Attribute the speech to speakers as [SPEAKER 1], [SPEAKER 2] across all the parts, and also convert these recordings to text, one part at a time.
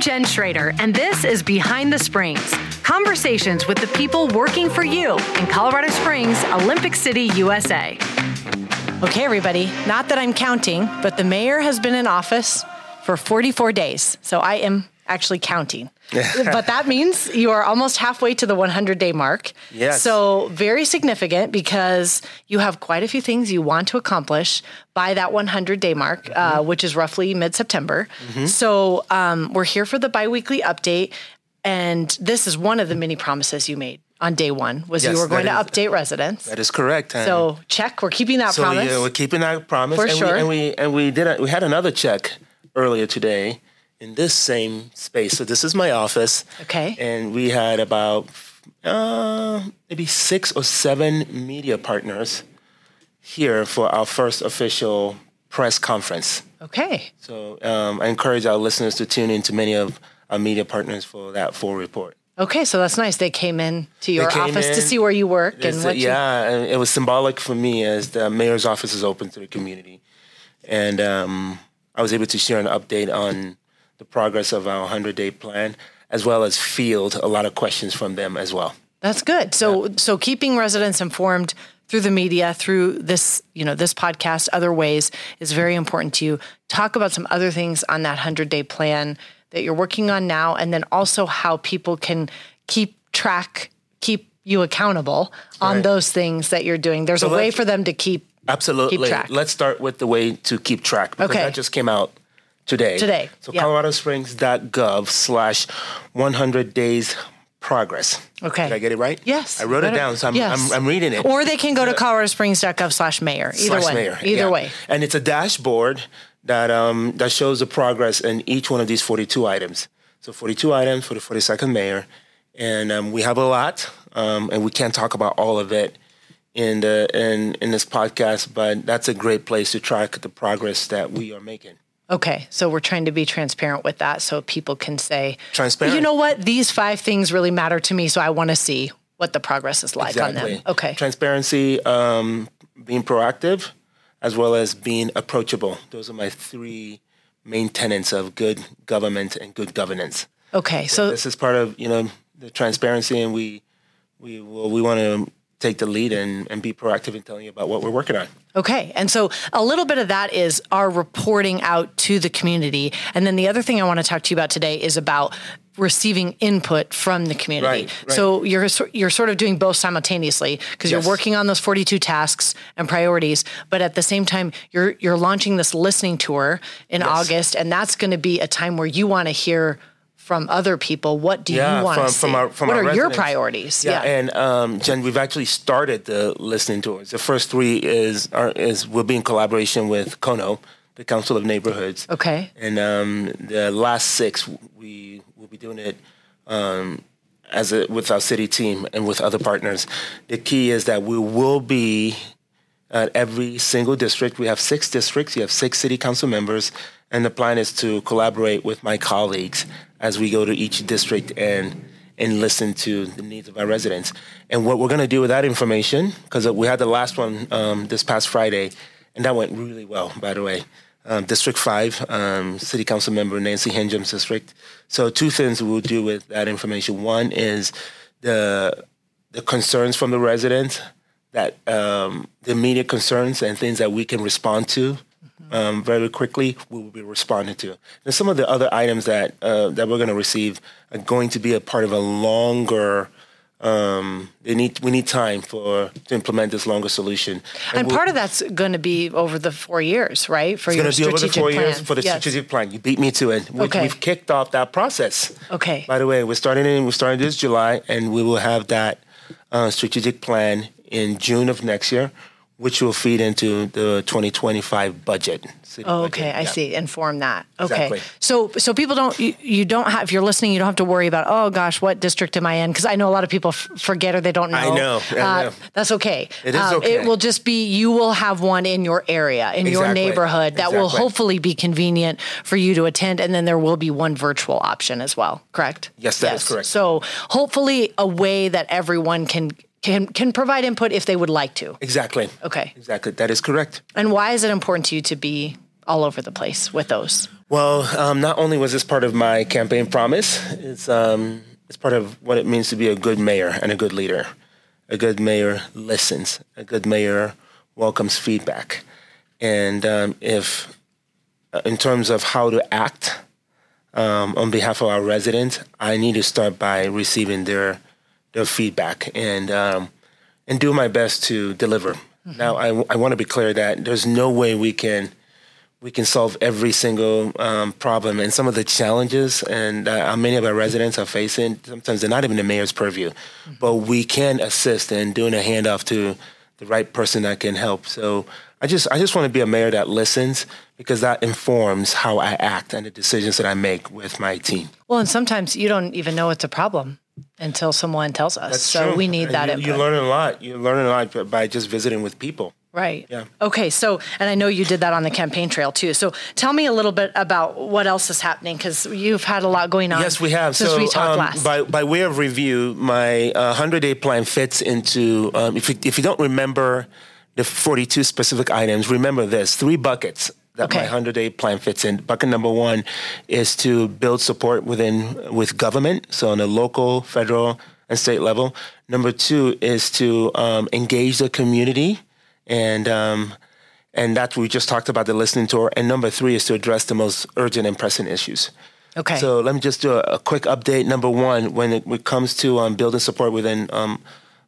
[SPEAKER 1] Jen Schrader, and this is Behind the Springs conversations with the people working for you in Colorado Springs, Olympic City, USA. Okay, everybody, not that I'm counting, but the mayor has been in office for 44 days, so I am actually counting. but that means you are almost halfway to the 100 day mark.
[SPEAKER 2] Yes.
[SPEAKER 1] So, very significant because you have quite a few things you want to accomplish by that 100 day mark, uh,
[SPEAKER 2] Mm-hmm.
[SPEAKER 1] which is roughly mid September. So, um, we're here for the bi weekly update. And this is one of the many promises you made on day one was
[SPEAKER 2] Yes,
[SPEAKER 1] you were going to
[SPEAKER 2] that is-
[SPEAKER 1] update residents.
[SPEAKER 2] That is correct. and-
[SPEAKER 1] so check, we're keeping that
[SPEAKER 2] so
[SPEAKER 1] promise.
[SPEAKER 2] yeah, we're keeping our promise.
[SPEAKER 1] For
[SPEAKER 2] and
[SPEAKER 1] sure.
[SPEAKER 2] We, and we and we did a, we had another check earlier today in this same space. So this is my office.
[SPEAKER 1] Okay.
[SPEAKER 2] And we had about uh, maybe six or seven media partners here for our first official press conference.
[SPEAKER 1] okay.
[SPEAKER 2] So um, I encourage our listeners to tune in to many of our media partners for that full report.
[SPEAKER 1] Okay, so that's nice. They came in to your
[SPEAKER 2] came
[SPEAKER 1] office to
[SPEAKER 2] in.
[SPEAKER 1] see where you work and
[SPEAKER 2] It's-
[SPEAKER 1] what you
[SPEAKER 2] yeah, and it was symbolic for me as the mayor's office is open to the community, and um, I was able to share an update on the progress of our hundred day plan, as well as field a lot of questions from them as well.
[SPEAKER 1] That's good. So so keeping residents informed through the media, through this, you know, this podcast, other ways is very important to you. Talk about some other things on that 100-day plan that you're working on now and then also how people can keep track, keep you accountable on
[SPEAKER 2] Right.
[SPEAKER 1] those things that you're doing. There's a way
[SPEAKER 2] let's-
[SPEAKER 1] for them to keep
[SPEAKER 2] Absolutely.
[SPEAKER 1] track.
[SPEAKER 2] Let's start with the way to keep track because
[SPEAKER 1] Okay.
[SPEAKER 2] that just came out today.
[SPEAKER 1] Today,
[SPEAKER 2] So
[SPEAKER 1] yeah.
[SPEAKER 2] coloradosprings.gov slash 100 days progress.
[SPEAKER 1] Okay.
[SPEAKER 2] Did I get it right?
[SPEAKER 1] Yes.
[SPEAKER 2] I wrote
[SPEAKER 1] Better-
[SPEAKER 2] it down, so I'm,
[SPEAKER 1] yes.
[SPEAKER 2] I'm, I'm reading it.
[SPEAKER 1] Or they can go to coloradosprings.gov slash mayor. Either
[SPEAKER 2] slash
[SPEAKER 1] way.
[SPEAKER 2] mayor.
[SPEAKER 1] Either
[SPEAKER 2] yeah.
[SPEAKER 1] way.
[SPEAKER 2] And it's a dashboard that um, that shows the progress in each one of these 42 items. So 42 items for the 42nd mayor, and um, we have a lot, um, and we can't talk about all of it in the in in this podcast, but that's a great place to track the progress that we are making.
[SPEAKER 1] Okay, so we're trying to be transparent with that so people can say,
[SPEAKER 2] Transparent.
[SPEAKER 1] You know what? These five things really matter to me, so I want to see what the progress is like on them. Okay.
[SPEAKER 2] Transparency, um, being proactive, as well as being approachable. Those are my three main tenets of good government and good governance.
[SPEAKER 1] okay, so
[SPEAKER 2] this is part of you know the transparency, and we we will, we want to take the lead and, and be proactive in telling you about what we're working on.
[SPEAKER 1] Okay. And so a little bit of that is our reporting out to the community. And then the other thing I want to talk to you about today is about receiving input from the community.
[SPEAKER 2] Right, right.
[SPEAKER 1] So you're sor- you're sort of doing both simultaneously because
[SPEAKER 2] Yes.
[SPEAKER 1] you're working on those 42 tasks and priorities, but at the same time you're you're launching this listening tour in August and that's going to be a time where you want to hear from other people what do
[SPEAKER 2] Yeah,
[SPEAKER 1] you want
[SPEAKER 2] from-
[SPEAKER 1] to
[SPEAKER 2] from
[SPEAKER 1] see?
[SPEAKER 2] our- from
[SPEAKER 1] what
[SPEAKER 2] our
[SPEAKER 1] are your
[SPEAKER 2] residents.
[SPEAKER 1] priorities?
[SPEAKER 2] and um, Jen, we've actually started the listening tours. The first three is are, is will be in collaboration with Kono, the Council of Neighborhoods.
[SPEAKER 1] okay.
[SPEAKER 2] And um, the last six, we will be doing it um, as a, with our city team and with other partners. The key is that we will be at every single district. We have six districts. You have six city council members, and the plan is to collaborate with my colleagues as we go to each district and and listen to the needs of our residents. And what we're going to do with that information, because we had the last one um, this past Friday, and that went really well, by the way. Um, district five, um, city council member Nancy Hingham's district. So two things we'll do with that information. One is the the concerns from the residents that um, the immediate concerns and things that we can respond to
[SPEAKER 1] Mm-hmm.
[SPEAKER 2] um, very quickly, we will be responding to. And some of the other items that uh, that we're going to receive are going to be a part of a longer. Um, they need we need time for to implement this longer solution.
[SPEAKER 1] And part of that's going to be over the four years, right? For your
[SPEAKER 2] going to be
[SPEAKER 1] strategic
[SPEAKER 2] over the
[SPEAKER 1] plan.
[SPEAKER 2] four years for the
[SPEAKER 1] Yes.
[SPEAKER 2] strategic plan. You beat me to it. We,
[SPEAKER 1] Okay.
[SPEAKER 2] We've kicked off that process.
[SPEAKER 1] Okay.
[SPEAKER 2] By the way, we're starting in we're starting this July, and we will have that uh, strategic plan in June of next year, which will feed into the 2025 budget. city
[SPEAKER 1] Oh,
[SPEAKER 2] budget.
[SPEAKER 1] okay, I
[SPEAKER 2] Yeah.
[SPEAKER 1] see. Inform that. Okay,
[SPEAKER 2] Exactly.
[SPEAKER 1] so so people don't you, you don't have if you're listening, you don't have to worry about oh gosh, what district am I in? Because I know a lot of people f- forget or they don't know. Uh,
[SPEAKER 2] I know, I know.
[SPEAKER 1] That's okay. Um,
[SPEAKER 2] It is okay.
[SPEAKER 1] It will just be you will have one in your area in your
[SPEAKER 2] Exactly.
[SPEAKER 1] neighborhood that will
[SPEAKER 2] Exactly.
[SPEAKER 1] hopefully be convenient for you to attend, and then there will be one virtual option as well. Correct?
[SPEAKER 2] Yes, that is correct.
[SPEAKER 1] So hopefully a way that everyone can can can provide input if they would like to.
[SPEAKER 2] Exactly.
[SPEAKER 1] Okay.
[SPEAKER 2] Exactly. That is correct.
[SPEAKER 1] And why is it important to you to be all over the place with those.
[SPEAKER 2] Well, um, not only was this part of my campaign promise, it's um, it's part of what it means to be a good mayor and a good leader. A good mayor listens. A good mayor welcomes feedback. And um, if, uh, in terms of how to act um, on behalf of our residents, I need to start by receiving their their feedback and um, and do my best to deliver. Now, I, I want to be clear that there's no way we can we can solve every single um, problem and some of the challenges and uh, how many of our residents are facing. Sometimes they're not even the mayor's purview, but we can assist in doing a handoff to the right person that can help. So I just I just want to be a mayor that listens because that informs how I act and the decisions that I make with my team.
[SPEAKER 1] Well, and sometimes you don't even know it's a problem until someone tells us. so we need that
[SPEAKER 2] And
[SPEAKER 1] input.
[SPEAKER 2] You, you learn a lot. You learn a lot by just visiting with people.
[SPEAKER 1] Right.
[SPEAKER 2] Yeah.
[SPEAKER 1] Okay. So, and I know you did that on the campaign trail too. So, tell me a little bit about what else is happening because you've had a lot going on.
[SPEAKER 2] Yes, we have.
[SPEAKER 1] Since
[SPEAKER 2] so,
[SPEAKER 1] we talked
[SPEAKER 2] um,
[SPEAKER 1] last.
[SPEAKER 2] By, by way of review, my uh, 100 day plan fits into, um, if, you, if you don't remember the 42 specific items, remember this three buckets that
[SPEAKER 1] Okay.
[SPEAKER 2] my 100 day plan fits in. Bucket number one is to build support within with government, so on a local, federal, and state level. Number two is to um, engage the community and um, and that we just talked about the listening tour. And number three is to address the most urgent and pressing issues.
[SPEAKER 1] okay.
[SPEAKER 2] So let me just do a, a quick update. Number one, when it, when it comes to um, building support within um,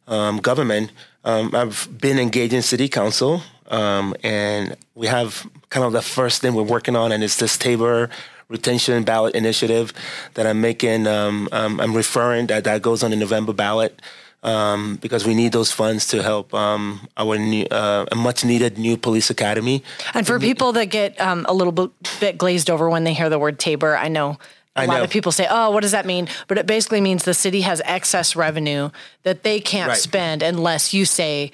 [SPEAKER 2] um, government, um, I've been engaging city council, um, and we have kind of the first thing we're working on, and it's this Tabor retention ballot initiative that I'm making. Um, um, I'm referring that that goes on the November ballot. Um, because we need those funds to help um, our new, uh, a much needed new police academy.
[SPEAKER 1] and for people that get um, a little bit, bit glazed over when they hear the word Tabor, I know. a
[SPEAKER 2] I
[SPEAKER 1] lot
[SPEAKER 2] know.
[SPEAKER 1] of people say, "Oh, what does that mean?" But it basically means the city has excess revenue that they can't
[SPEAKER 2] Right.
[SPEAKER 1] spend unless you say,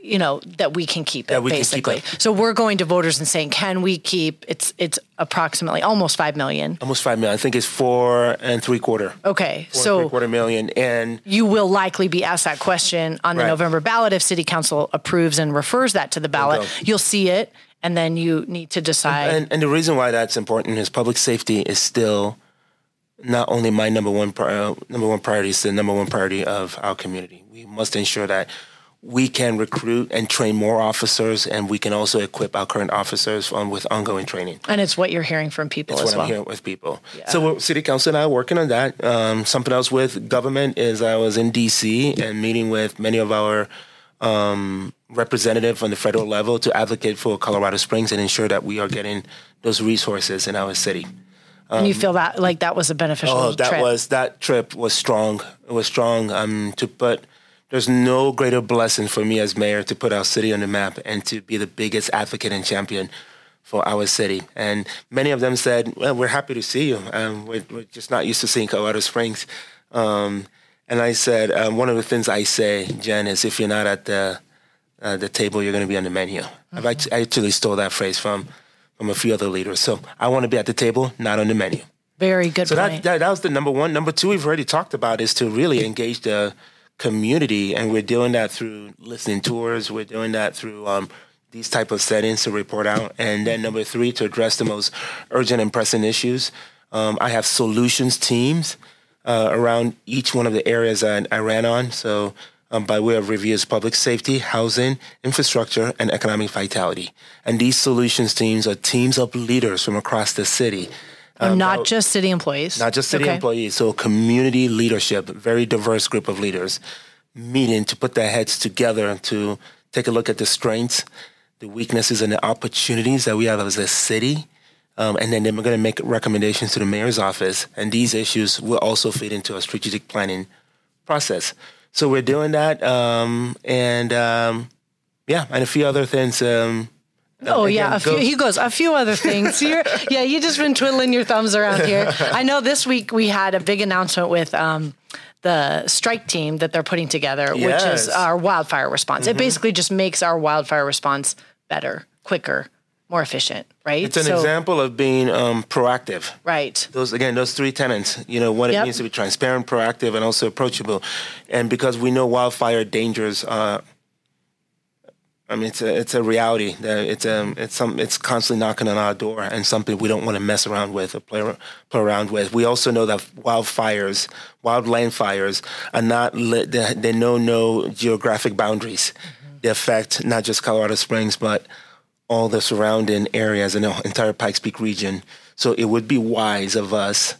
[SPEAKER 1] you know, that we can keep it.
[SPEAKER 2] we can keep
[SPEAKER 1] basically,
[SPEAKER 2] it.
[SPEAKER 1] so we're going to voters and saying, "Can we keep?" It's it's approximately almost five million.
[SPEAKER 2] Almost five million. I think it's four and three quarter.
[SPEAKER 1] Okay,
[SPEAKER 2] Four and
[SPEAKER 1] so
[SPEAKER 2] three quarter million. And
[SPEAKER 1] you will likely be asked that question on the
[SPEAKER 2] Right.
[SPEAKER 1] November ballot if city council approves and refers that to the ballot.
[SPEAKER 2] Bingo.
[SPEAKER 1] You'll see it and then you need to decide.
[SPEAKER 2] And, and the reason why that's important is public safety is still not only my number one pri- uh, number one priority, it's the number one priority of our community. We must ensure that we can recruit and train more officers, and we can also equip our current officers um, with ongoing training.
[SPEAKER 1] and it's what you're hearing from people
[SPEAKER 2] That's
[SPEAKER 1] as
[SPEAKER 2] what
[SPEAKER 1] well.
[SPEAKER 2] I'm hearing with people. So, we're, city council and I are working on that. Um, something else with government is I was in D.C. and meeting with many of our um, representative on the federal level to advocate for Colorado Springs and ensure that we are getting those resources in our city.
[SPEAKER 1] and you feel that like that was a beneficial
[SPEAKER 2] Um, Oh, that
[SPEAKER 1] trip.
[SPEAKER 2] was that trip was strong. It was strong. Um, to put there's no greater blessing for me as mayor to put our city on the map and to be the biggest advocate and champion for our city. And many of them said, "Well, we're happy to see you. Um, we're, we're just not used to seeing Colorado Springs." Um, and I said, um, one of the things I say, Jen, is if you're not at the uh, the table, you're going to be on the menu. I've act- I actually stole that phrase from from a few other leaders. So I want to be at the table, not on the menu.
[SPEAKER 1] Very good
[SPEAKER 2] So
[SPEAKER 1] point.
[SPEAKER 2] that, that that was the number one. Number two, we've already talked about is to really engage the community, and we're doing that through listening tours. We're doing that through um, these type of settings to report out, and then number three, to address the most urgent and pressing issues. Um, I have solutions teams uh, around each one of the areas I, I ran on. So. Um, by way of reviews, public safety, housing, infrastructure, and economic vitality. And these solutions teams are teams of leaders from across the city
[SPEAKER 1] Um, not just city employees.
[SPEAKER 2] not just city
[SPEAKER 1] Okay.
[SPEAKER 2] employees, so community leadership, very diverse group of leaders meeting to put their heads together to take a look at the strengths, the weaknesses, and the opportunities that we have as a city. Um, and then we're going to make recommendations to the mayor's office. And these issues will also fit into our strategic planning process. So we're doing that. Um, and um, yeah, and a few other things. Um,
[SPEAKER 1] Oh yeah,
[SPEAKER 2] again,
[SPEAKER 1] a few,
[SPEAKER 2] goes-
[SPEAKER 1] he goes a few other things. You're, yeah, you just been twiddling your thumbs around here. I know this week we had a big announcement with um, the strike team that they're putting together, which is
[SPEAKER 2] Yes. Mm-hmm.
[SPEAKER 1] our wildfire response. It basically just makes our wildfire response better, quicker, more efficient. Right?
[SPEAKER 2] it's an example of being um, proactive.
[SPEAKER 1] Right.
[SPEAKER 2] those again those three tenants you know what
[SPEAKER 1] Yep.
[SPEAKER 2] it means to be transparent proactive and also approachable and because we know wildfire dangers are uh, I mean, it's a it's a reality that it's um it's some it's constantly knocking on our door and something we don't want to mess around with or play ar- play around with. We also know that wildfires, wildland fires, are not lit. They, they know no geographic boundaries. They affect not just Colorado Springs but all the surrounding areas in the entire Pikes Peak region. So it would be wise of us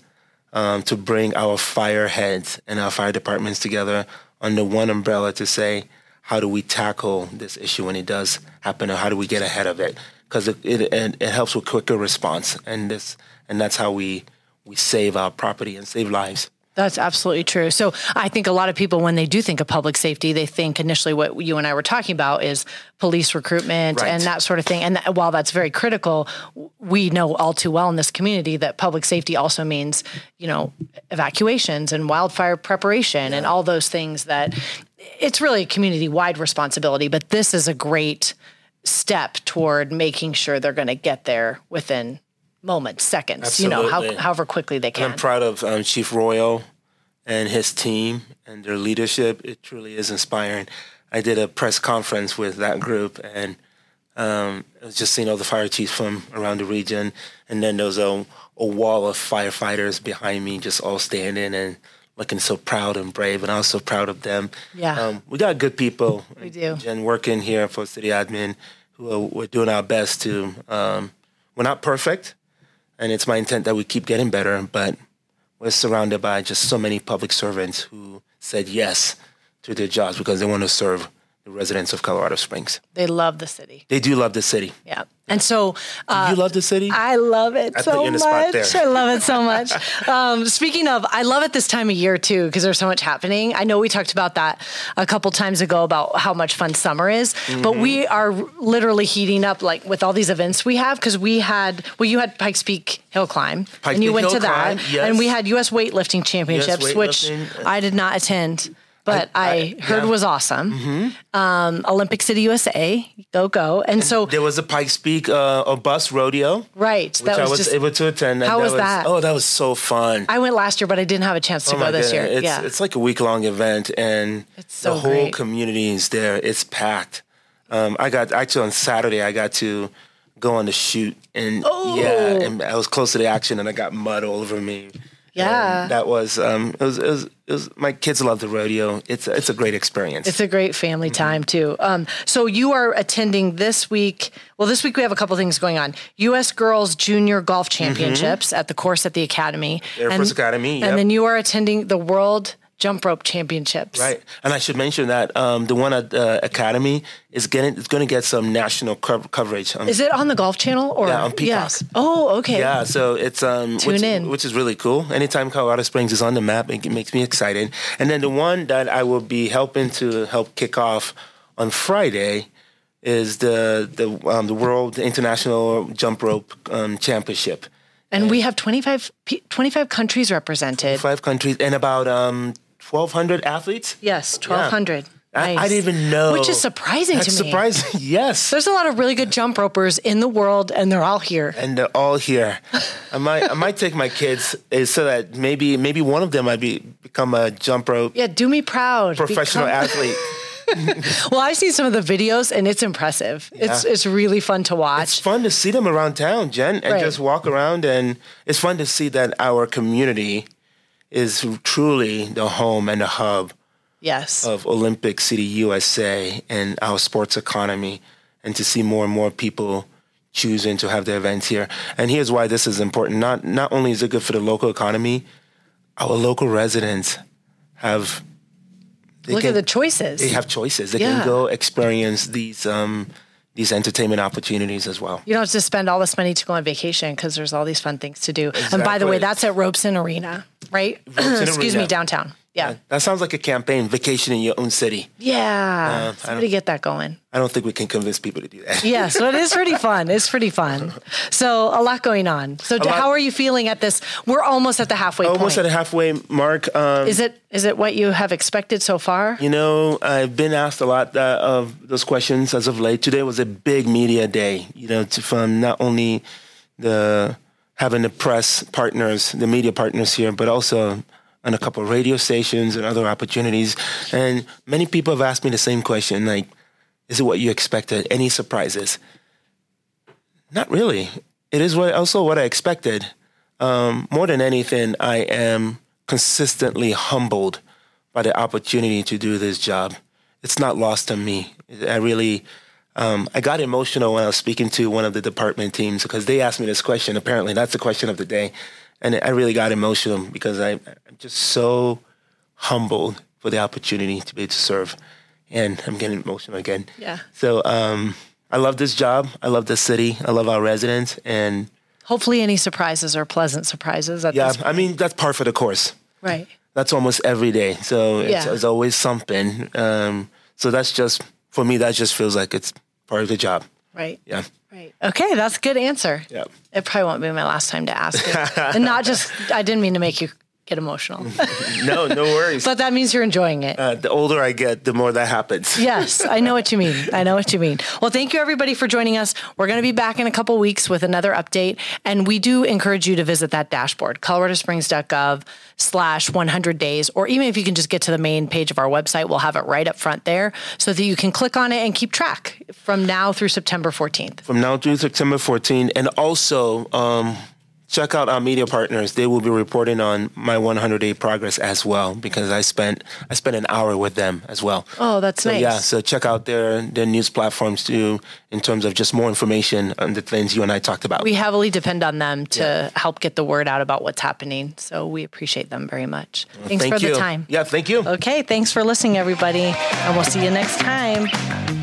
[SPEAKER 2] um, to bring our fire heads and our fire departments together under one umbrella to say, how do we tackle this issue when it does happen, or how do we get ahead of it? Because it, it, and it helps with quicker response, and this and that's how we we save our property and save lives.
[SPEAKER 1] That's absolutely true. So I think a lot of people, when they do think of public safety, they think initially what you and I were talking about is police recruitment
[SPEAKER 2] Right.
[SPEAKER 1] and that sort of thing. And that, while that's very critical, w- we know all too well in this community that public safety also means, you know, evacuations and wildfire preparation and all those things that it's really a community wide responsibility. But this is a great step toward making sure they're going to get there within moments, seconds, you know, how,
[SPEAKER 2] Absolutely.
[SPEAKER 1] however quickly they can.
[SPEAKER 2] I'm proud of um, Chief Royal and his team and their leadership. It truly is inspiring. I did a press conference with that group, and um, I was just seeing all the fire chiefs from around the region. And then there was a, a wall of firefighters behind me, just all standing and looking so proud and brave. And I was so proud of them.
[SPEAKER 1] Yeah.
[SPEAKER 2] Um, we got good people. We
[SPEAKER 1] do.
[SPEAKER 2] And working here for city admin, who are, we're doing our best to. Um, we're not perfect, and it's my intent that we keep getting better. But we're surrounded by just so many public servants who said yes to their jobs because they want to serve the residents of Colorado Springs.
[SPEAKER 1] they love the city.
[SPEAKER 2] They do love the city.
[SPEAKER 1] Yeah. And so uh,
[SPEAKER 2] you love the city?
[SPEAKER 1] I love it
[SPEAKER 2] I put
[SPEAKER 1] so
[SPEAKER 2] you in the spot
[SPEAKER 1] much.
[SPEAKER 2] there.
[SPEAKER 1] I love it so much. um, speaking of, I love it this time of year too because there's so much happening. I know we talked about that a couple times ago about how much fun summer is, but we
[SPEAKER 2] Mm-hmm.
[SPEAKER 1] are literally heating up like with all these events we have because we had well, you had Pikes Peak Hill Climb
[SPEAKER 2] Pikes
[SPEAKER 1] and you
[SPEAKER 2] Peak
[SPEAKER 1] went
[SPEAKER 2] Hill
[SPEAKER 1] to that,
[SPEAKER 2] Climb, yes.
[SPEAKER 1] and we had U.S. Weightlifting Championships, which
[SPEAKER 2] weightlifting. uh,
[SPEAKER 1] I did not attend. But
[SPEAKER 2] I-
[SPEAKER 1] I,
[SPEAKER 2] I-
[SPEAKER 1] heard
[SPEAKER 2] yeah. Mm-hmm.
[SPEAKER 1] was awesome. Um, Olympic City, USA, go go! And so
[SPEAKER 2] There was a Pikes Peak uh, a bus rodeo, which
[SPEAKER 1] Right. That
[SPEAKER 2] I
[SPEAKER 1] was,
[SPEAKER 2] was
[SPEAKER 1] just.
[SPEAKER 2] able to attend. and
[SPEAKER 1] How was that?
[SPEAKER 2] Oh, that was so fun.
[SPEAKER 1] I went last year, but I didn't have a chance to
[SPEAKER 2] Oh
[SPEAKER 1] go
[SPEAKER 2] my
[SPEAKER 1] this year.
[SPEAKER 2] goodness. It's,
[SPEAKER 1] yeah.
[SPEAKER 2] it's like a week long event, and
[SPEAKER 1] so
[SPEAKER 2] the whole
[SPEAKER 1] great.
[SPEAKER 2] community is there. It's packed. Um, I got actually on Saturday. I got to go on the shoot, and
[SPEAKER 1] Oh.
[SPEAKER 2] yeah, and I was close to the action, and I got mud all over me.
[SPEAKER 1] Yeah.
[SPEAKER 2] And that was um, it was, it was it was my kids love the rodeo. It's a, it's a great experience.
[SPEAKER 1] It's a great family
[SPEAKER 2] Mm-hmm.
[SPEAKER 1] time too. Um, so you are attending this week. Well, this week we have a couple things going on. U.S. Girls Junior Golf Championships at the course at the Academy.
[SPEAKER 2] Mm-hmm. Air Force Academy,
[SPEAKER 1] And
[SPEAKER 2] yep.
[SPEAKER 1] then you are attending the World Jump Rope Championships.
[SPEAKER 2] Right, and I should mention that um, the one at uh, Academy is getting it's going to get some national cov coverage. Um,
[SPEAKER 1] Is it on the Golf Channel or
[SPEAKER 2] Yeah, on Peacock.
[SPEAKER 1] Yes. Oh, okay.
[SPEAKER 2] Yeah, so it's um which,
[SPEAKER 1] Tune in.
[SPEAKER 2] which is really cool. Anytime Colorado Springs is on the map, it makes me excited. And then the one that I will be helping to help kick off on Friday is the the um, the World International Jump Rope um, Championship.
[SPEAKER 1] And we have 25, pe- 25 countries represented.
[SPEAKER 2] Five countries and about um twelve hundred athletes.
[SPEAKER 1] Yes, 1,200.
[SPEAKER 2] I, I
[SPEAKER 1] Nice.
[SPEAKER 2] didn't even know.
[SPEAKER 1] Which is surprising
[SPEAKER 2] That's
[SPEAKER 1] to me.
[SPEAKER 2] Surprising, yes.
[SPEAKER 1] There's a lot of really good jump ropers in the world, and they're all here.
[SPEAKER 2] and they're all here. I might I might take my kids eh, so that maybe maybe one of them might be become a jump rope
[SPEAKER 1] Yeah, do me proud.
[SPEAKER 2] professional
[SPEAKER 1] Become-
[SPEAKER 2] athlete.
[SPEAKER 1] well, I've seen some of the videos, and it's impressive. It's it's really fun to
[SPEAKER 2] It's uh,
[SPEAKER 1] watch.
[SPEAKER 2] fun to see them around town, Jen, and
[SPEAKER 1] Right.
[SPEAKER 2] just walk around. And it's fun to see that our community is truly the home and the hub
[SPEAKER 1] yes.
[SPEAKER 2] of Olympic City USA and our sports economy, and to see more and more people choosing to have their events here. And here's why this is important: not not only is it good for the local economy, our local residents have they
[SPEAKER 1] Look at the
[SPEAKER 2] can-
[SPEAKER 1] choices.
[SPEAKER 2] they have choices. They
[SPEAKER 1] Yeah.
[SPEAKER 2] can go experience these um, these entertainment opportunities as well.
[SPEAKER 1] you don't have to spend all this money to go on vacation because there's all these fun things to do. And by the way,
[SPEAKER 2] Exactly.
[SPEAKER 1] that's at Robeson Arena, right?
[SPEAKER 2] Robeson
[SPEAKER 1] Excuse me,
[SPEAKER 2] Arena. Uh,
[SPEAKER 1] downtown. Yeah.
[SPEAKER 2] That sounds like a campaign, vacation in your own city.
[SPEAKER 1] Yeah.
[SPEAKER 2] uh, I
[SPEAKER 1] Somebody get that going.
[SPEAKER 2] I don't think we can convince people to do that.
[SPEAKER 1] Yeah, so it is pretty fun. It's pretty fun. So a lot going on. So d-
[SPEAKER 2] lot.
[SPEAKER 1] how are you feeling at this? We're almost at the halfway
[SPEAKER 2] Almost
[SPEAKER 1] point.
[SPEAKER 2] at a halfway mark. Um,
[SPEAKER 1] is it is it what you have expected so far?
[SPEAKER 2] you know, I've been asked a lot uh, of those questions as of late. Today was a big media day, you know, to, from not only the having the press partners, the media partners here, but also on a couple of radio stations and other opportunities. And many people have asked me the same question, like, Is it what you expected? Any surprises? Not really. It is what also what I expected. Um, more than anything, I am consistently humbled by the opportunity to do this job. It's not lost on me. I really, um, I got emotional when I was speaking to one of the department teams because they asked me this question. Apparently, that's the question of the day, and I really got emotional because I, I'm just so humbled for the opportunity to be able to serve. And I'm getting emotional again.
[SPEAKER 1] Yeah.
[SPEAKER 2] So um, I love this job. I love this city. I love our residents. And
[SPEAKER 1] Hopefully, any surprises are pleasant surprises. At
[SPEAKER 2] yeah,
[SPEAKER 1] this,
[SPEAKER 2] I mean, that's par for the course.
[SPEAKER 1] right.
[SPEAKER 2] That's almost every day. So it's,
[SPEAKER 1] Yeah.
[SPEAKER 2] it's always something. Um, so that's just, for me, that just feels like it's part of the job.
[SPEAKER 1] Right.
[SPEAKER 2] Yeah.
[SPEAKER 1] Right. Okay, that's a good answer.
[SPEAKER 2] Yeah.
[SPEAKER 1] It probably won't be my last time to ask it. and not just, I didn't mean to make you get emotional,
[SPEAKER 2] No, no worries.
[SPEAKER 1] but that means you're enjoying it.
[SPEAKER 2] uh, the older I get, the more that happens.
[SPEAKER 1] yes, I know what you mean. I know what you mean. Well, thank you everybody for joining us. We're going to be back in a couple weeks with another update, and we do encourage you to visit that dashboard, coloradosprings.gov slash 100 days, or even if you can just get to the main page of our website, we'll have it right up front there so that you can click on it and keep track from now through September 14th.
[SPEAKER 2] from now through September 14. And also, um, check out our media partners. They will be reporting on my 100 day progress as well because I spent I spent an hour with them as well.
[SPEAKER 1] Oh, that's
[SPEAKER 2] so,
[SPEAKER 1] nice.
[SPEAKER 2] Yeah, so check out their their news platforms too in terms of just more information on the things you and I talked about.
[SPEAKER 1] we heavily depend on them to help get the word out about what's happening. So we appreciate them very much. Thanks
[SPEAKER 2] thank
[SPEAKER 1] for
[SPEAKER 2] you.
[SPEAKER 1] the time.
[SPEAKER 2] Yeah, thank you.
[SPEAKER 1] Okay, thanks for listening, everybody. And we'll see you next time.